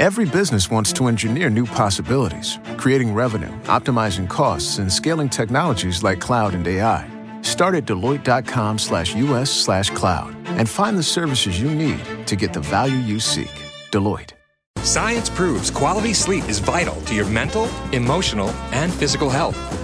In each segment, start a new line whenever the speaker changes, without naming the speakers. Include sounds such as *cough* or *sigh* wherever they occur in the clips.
Every business wants to engineer new possibilities, creating revenue, optimizing costs, and scaling technologies like cloud and AI. Start at Deloitte.com slash US slash cloud and find the services you need to get the value you seek. Deloitte.
Science proves quality sleep is vital to your mental, emotional, and physical health.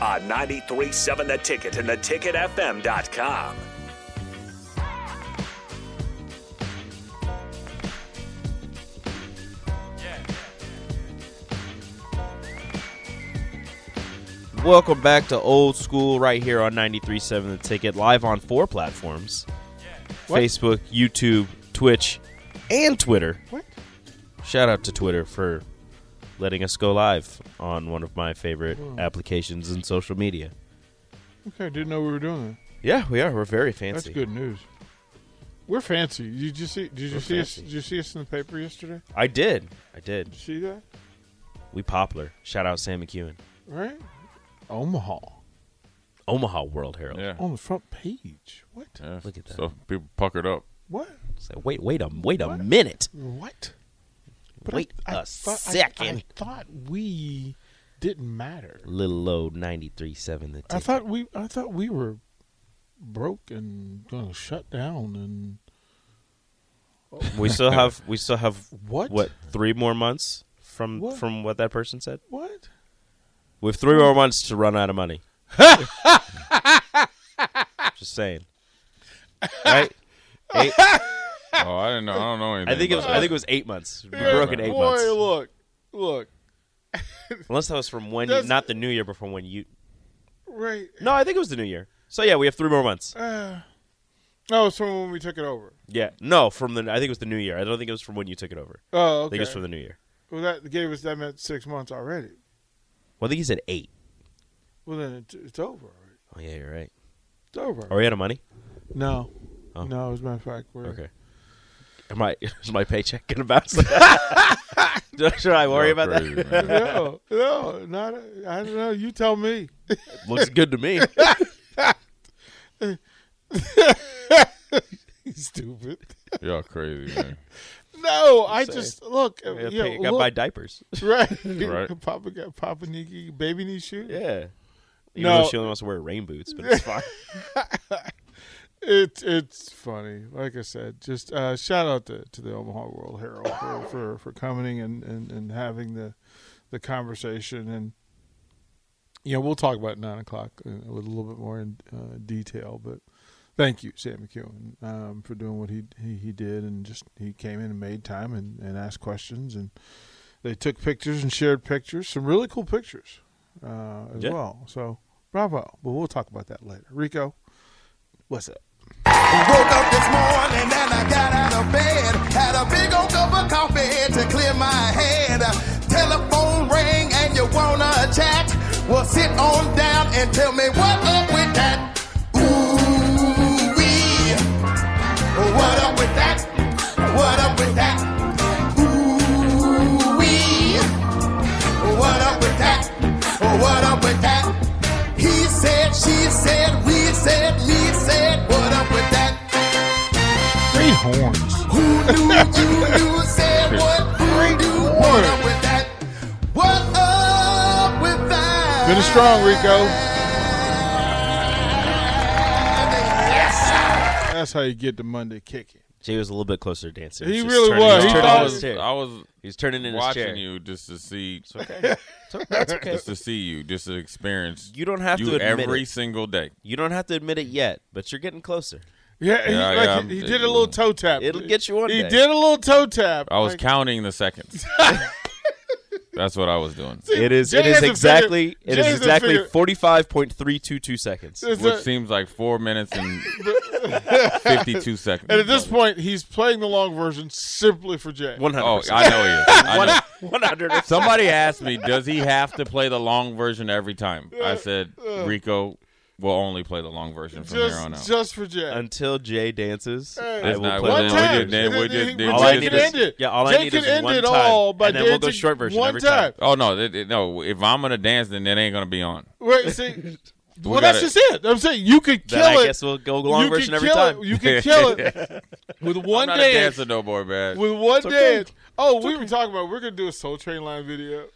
on 93.7 The Ticket and theticketfm.com.
Welcome back to Old School right here on 93.7 The Ticket, live on four platforms
What?
Facebook, YouTube, Twitch, and Twitter.
What?
Shout out to Twitter for letting us go live on one of my favorite applications in social media.
Okay, I didn't know we were doing that.
Yeah, we are. We're very fancy.
That's good news. We're fancy. Did you see? Did you
We're
see
fancy.
us? Did you see us in the paper yesterday?
I did. I did.
Did you see that?
We Poplar. Shout out Sam McEwen.
Right? Omaha
Omaha World Herald.
Yeah.
on the front page. What?
yeah.
Look at that.
So people puckered up.
What?
It's like, wait, wait a wait a minute.
What?
Wait
a
a second.
I, thought we didn't matter.
Little old 93.7 the ticket.
I thought we. I thought we were broke and going to shut down and
We
*laughs*
still have we still have
What?
what three more months from
What?
from what that person said.
what?
We have three more months to run out of
*laughs*
money. Just saying,
*laughs*
right? Eight,
Oh, I didn't know. I don't know anything.
I think it was
about
I
that.
think it was eight months. We broke in eight
Boy,
months.
look, look.
Unless that was from when,
Does-
not the new year, but from when you.
Right.
No, I think it was the new year. So yeah, we have three more months.
Uh. No, it's from oh, when we took it over.
Yeah, no, from the I think it was the new year. I don't think it was from when you took it over.
Oh,
I think
okay.
it was from the new year.
well, that gave us that meant six months already.
Well, I think he said eight.
Well, then it, it's over. already.
Oh yeah, you're right.
It's over.
Are we out of money?
No,
Oh.
no. As a matter of fact, we're
Okay. Am I *laughs* is my paycheck gonna bounce? *laughs* Do- Should I worry
Y'all
about
crazy,
that?
*laughs*
man.
no, no, not. I don't know. You tell me. *laughs*
Looks good *laughs* to me.
Stupid.
Y'all crazy, man.
No, I just look.
I gotta
you know,
pay- gotta
look,
buy diapers.
*laughs* right.
Right.
Papa got Papa Nikki baby knee shoe.
Yeah. Even
No.
though she only wants to wear rain boots, but it's fine.
It's it's funny. Like I said, just uh, shout out to, to the Omaha World Herald for, for, for coming and, and, and having the the conversation and you know we'll talk about nine o'clock uh, with a little bit more in uh, detail. But thank you, Sam McEwen, um, for doing what he, he he did and just he came in and made time and, and asked questions and they took pictures and shared pictures, some really cool pictures uh, as
Yeah.
well. So bravo. But we'll talk about that later. Rico, what's up?
Woke up this morning and I got out of bed. Had a big old cup of coffee to clear my head. Telephone rang and you wanna chat? Well, sit on down and tell me what up with that. Ooh wee. What up with that? What up with that? Ooh wee. What up with that? What up with that? He said, she said, we said, me said. What up with that?
Great horns.
Who knew you knew said what? Who knew what up with that? What up with that?
Finish strong, Rico. That's how you get the Monday kicking.
Jay was a little bit closer to dancing.
He
He's just
really
turning-
was.
He's
He
turning
thought-
in
I
his
was,
chair.
I was
He's turning in his chair.
watching you just to see,
That's okay.
just to see you, just to experience.
*laughs* You don't have
you
to admit
every
it.
single day.
You don't have to admit it yet, but you're getting closer.
Yeah, he,
Yeah,
like,
yeah,
he, he
I'm-
did a little toe tap.
It'll get you one
He
day.
did a little toe tap.
I
*laughs*
was
Like,
counting the seconds. That's what I was doing,
It is. It
Jay
is
hasn't
exactly.
figured-
It
Jay
is
hasn't
exactly
figured-
forty-five point three two two
*laughs*
seconds.
It's
which
a-
seems like four minutes
*laughs*
and fifty-two seconds.
and at this point, he's playing the long version simply for Jay.
One
oh,
hundred.
I
*laughs*
know he is. I know.
One hundred.
Somebody asked me, does he have to play the long version every time? I said, Rico will only play the long version from here on out.
just, just for Jay.
*laughs* Until Jay dances, I
It's
will
not-
play.
well,
one
the
then
long
time.
did- then we
And
did-
he-
then
but
we
Jay
did
can
this.
end it.
Yeah, all I
Jay
need
can
is
end
one
it
time,
all by
and then we'll go
dancing
short version
one
every time.
time.
oh no, th- th- no! If I'm gonna dance, then it ain't gonna be on.
Wait,
*laughs*
see, well,
gotta-
that's just it. I'm saying you could kill
Then I
it.
guess we'll go long
you
version
can
every
kill
time.
It. You can kill
*laughs*
it with
I'm
one
not a
dance.
dancer no more, man.
With one
okay.
dance. Oh, we were talking about we're gonna do a Soul Train line video. *laughs*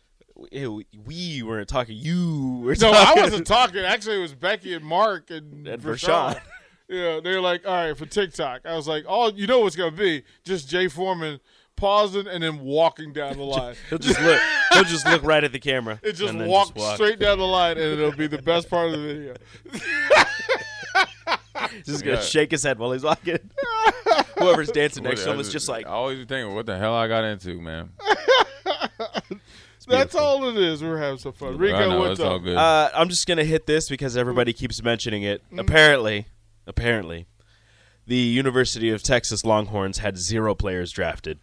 Ew, we weren't talking. You were
No, I
talking. *laughs*
wasn't talking. Actually, it was Becky and Mark and,
And
Rashawn.
Rashawn.
*laughs* Yeah, they were like, "All right, for TikTok." I was like, "Oh, you know what's gonna be just Jay Foreman pausing and then walking down the line."
He'll just look. He'll just look right at the camera.
It just
and then
walked
walk.
straight down the line, and it'll be the best part of the video.
Just gonna shake his head while he's walking. *laughs* Whoever's dancing next to him is just like,
I always be thinking, what the hell I got into, man.
That's all it is. We're having some fun. Rico,
I know,
what's
it's all
up?
good. *laughs*
Uh, I'm just gonna hit this because everybody keeps mentioning it. Apparently, apparently, the University of Texas Longhorns had zero players drafted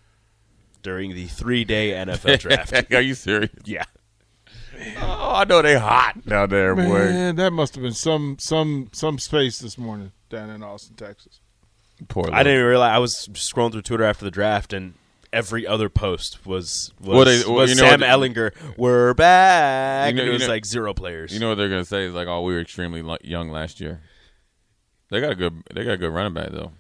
during the three-day NFL draft.
Are you serious?
*laughs* yeah,
Oh, I know they hot down there, boy.
Man, that must have been some some some space this morning down in Austin, Texas.
Poor
I didn't even realize. I was scrolling through Twitter after the draft, and every other post was was,
Well, they- well,
was
you know
Sam
what-
Ellinger. We're back.
You know-
and it
you
was
know-
like zero players.
You know what they're gonna say is like, oh, we were extremely li- young last year. They got a good. They got a good running back though.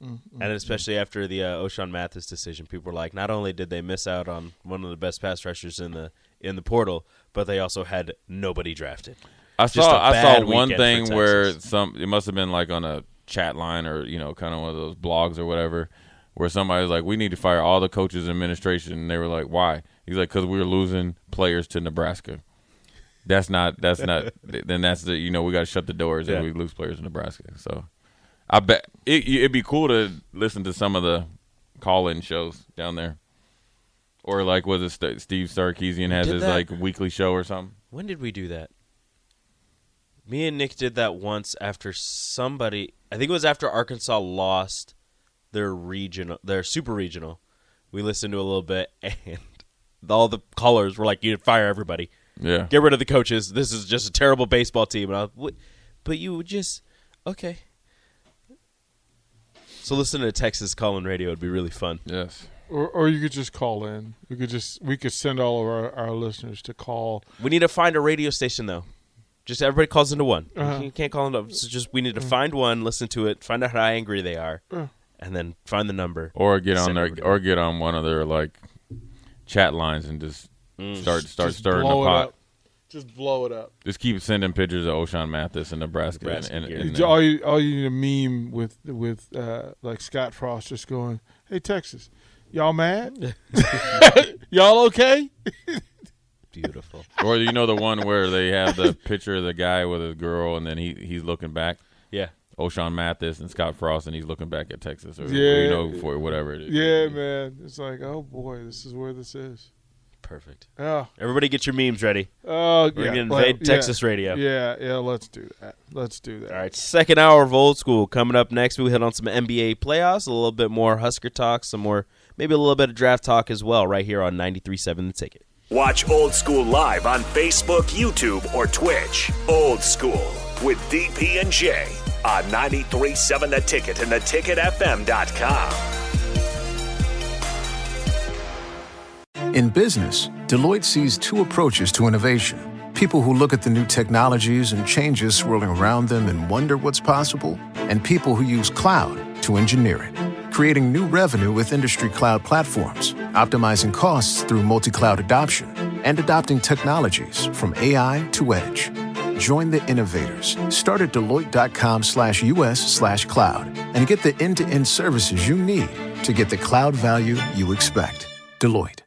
and especially after the uh, Oshon Mathis decision, people were like, not only did they miss out on one of the best pass rushers in the in the portal, but they also had nobody drafted.
I
just a
saw I
bad
saw one
weekend for
thing where
Texas.
some it must have been like on a chat line or you know kind of one of those blogs or whatever where somebody was like we need to fire all the coaches and administration and they were like why he's like because we were losing players to Nebraska that's not that's not
*laughs*
th- then that's the you know we got to shut the doors and
Yeah.
we lose players to Nebraska so I bet it, it'd be cool to listen to some of the call in shows down there or like was it St- Steve Sarkeesian has
did
his
that?
like weekly show or something
When did we do that? Me and Nick did that once after somebody. I think it was after Arkansas lost their regional, their super regional. We listened to a little bit, *laughs* and all the callers were like, "You fire everybody,
yeah
get rid of the coaches. This is just a terrible baseball team." And I, was, "What?" but you would just okay. So listening to Texas call-in radio would be really fun.
yes
Or, or you could just call in. We could just we could send all of our, our listeners to call.
We need to find a radio station though. Just everybody calls into one. You can't- You can't call into so just we need to find one, listen to it, find out how angry they are, and then find the number.
or get on
Send
their
everybody.
or get on one of their like chat lines and just start start
Mm. Just
stirring the
blow it
pot.
up. Just blow it up.
Just keep sending pictures of O'Shawn Mathis in Nebraska, and-
Nebraska
and,
gear.
and,
You- all you all you need a meme with with uh, like Scott Frost just going, "Hey Texas, y'all mad? *laughs* y'all okay?"
Beautiful. *laughs*
or you know the one where they have the *laughs* picture of the guy with his girl and then he he's looking back.
yeah.
O'Shawn Mathis and Scott Frost and he's looking back at Texas or
Yeah.
you know for whatever it is.
Yeah, man. It's like, oh boy, this is where this is.
Perfect.
Oh,
Everybody get your memes ready.
oh,
We're
yeah.
gonna
Well,
invade
yeah.
Texas radio.
Yeah, yeah. Let's do that. Let's do that.
All right, second hour of old school coming up next. We hit on some NBA playoffs, a little bit more Husker talk, some more maybe a little bit of draft talk as well, right here on 93.7 The Ticket.
Watch Old School live on Facebook, YouTube, or Twitch. Old School with DP and J on 93.7 The Ticket and theticketfm.com.
In business, Deloitte sees two approaches to innovation people who look at the new technologies and changes swirling around them and wonder what's possible, and people who use cloud to engineer it, creating new revenue with industry cloud platforms, optimizing costs through multi cloud adoption, and adopting technologies from AI to edge. Join the innovators. Start at Deloitte.com slash US slash cloud and get the end to end services you need to get the cloud value you expect. Deloitte.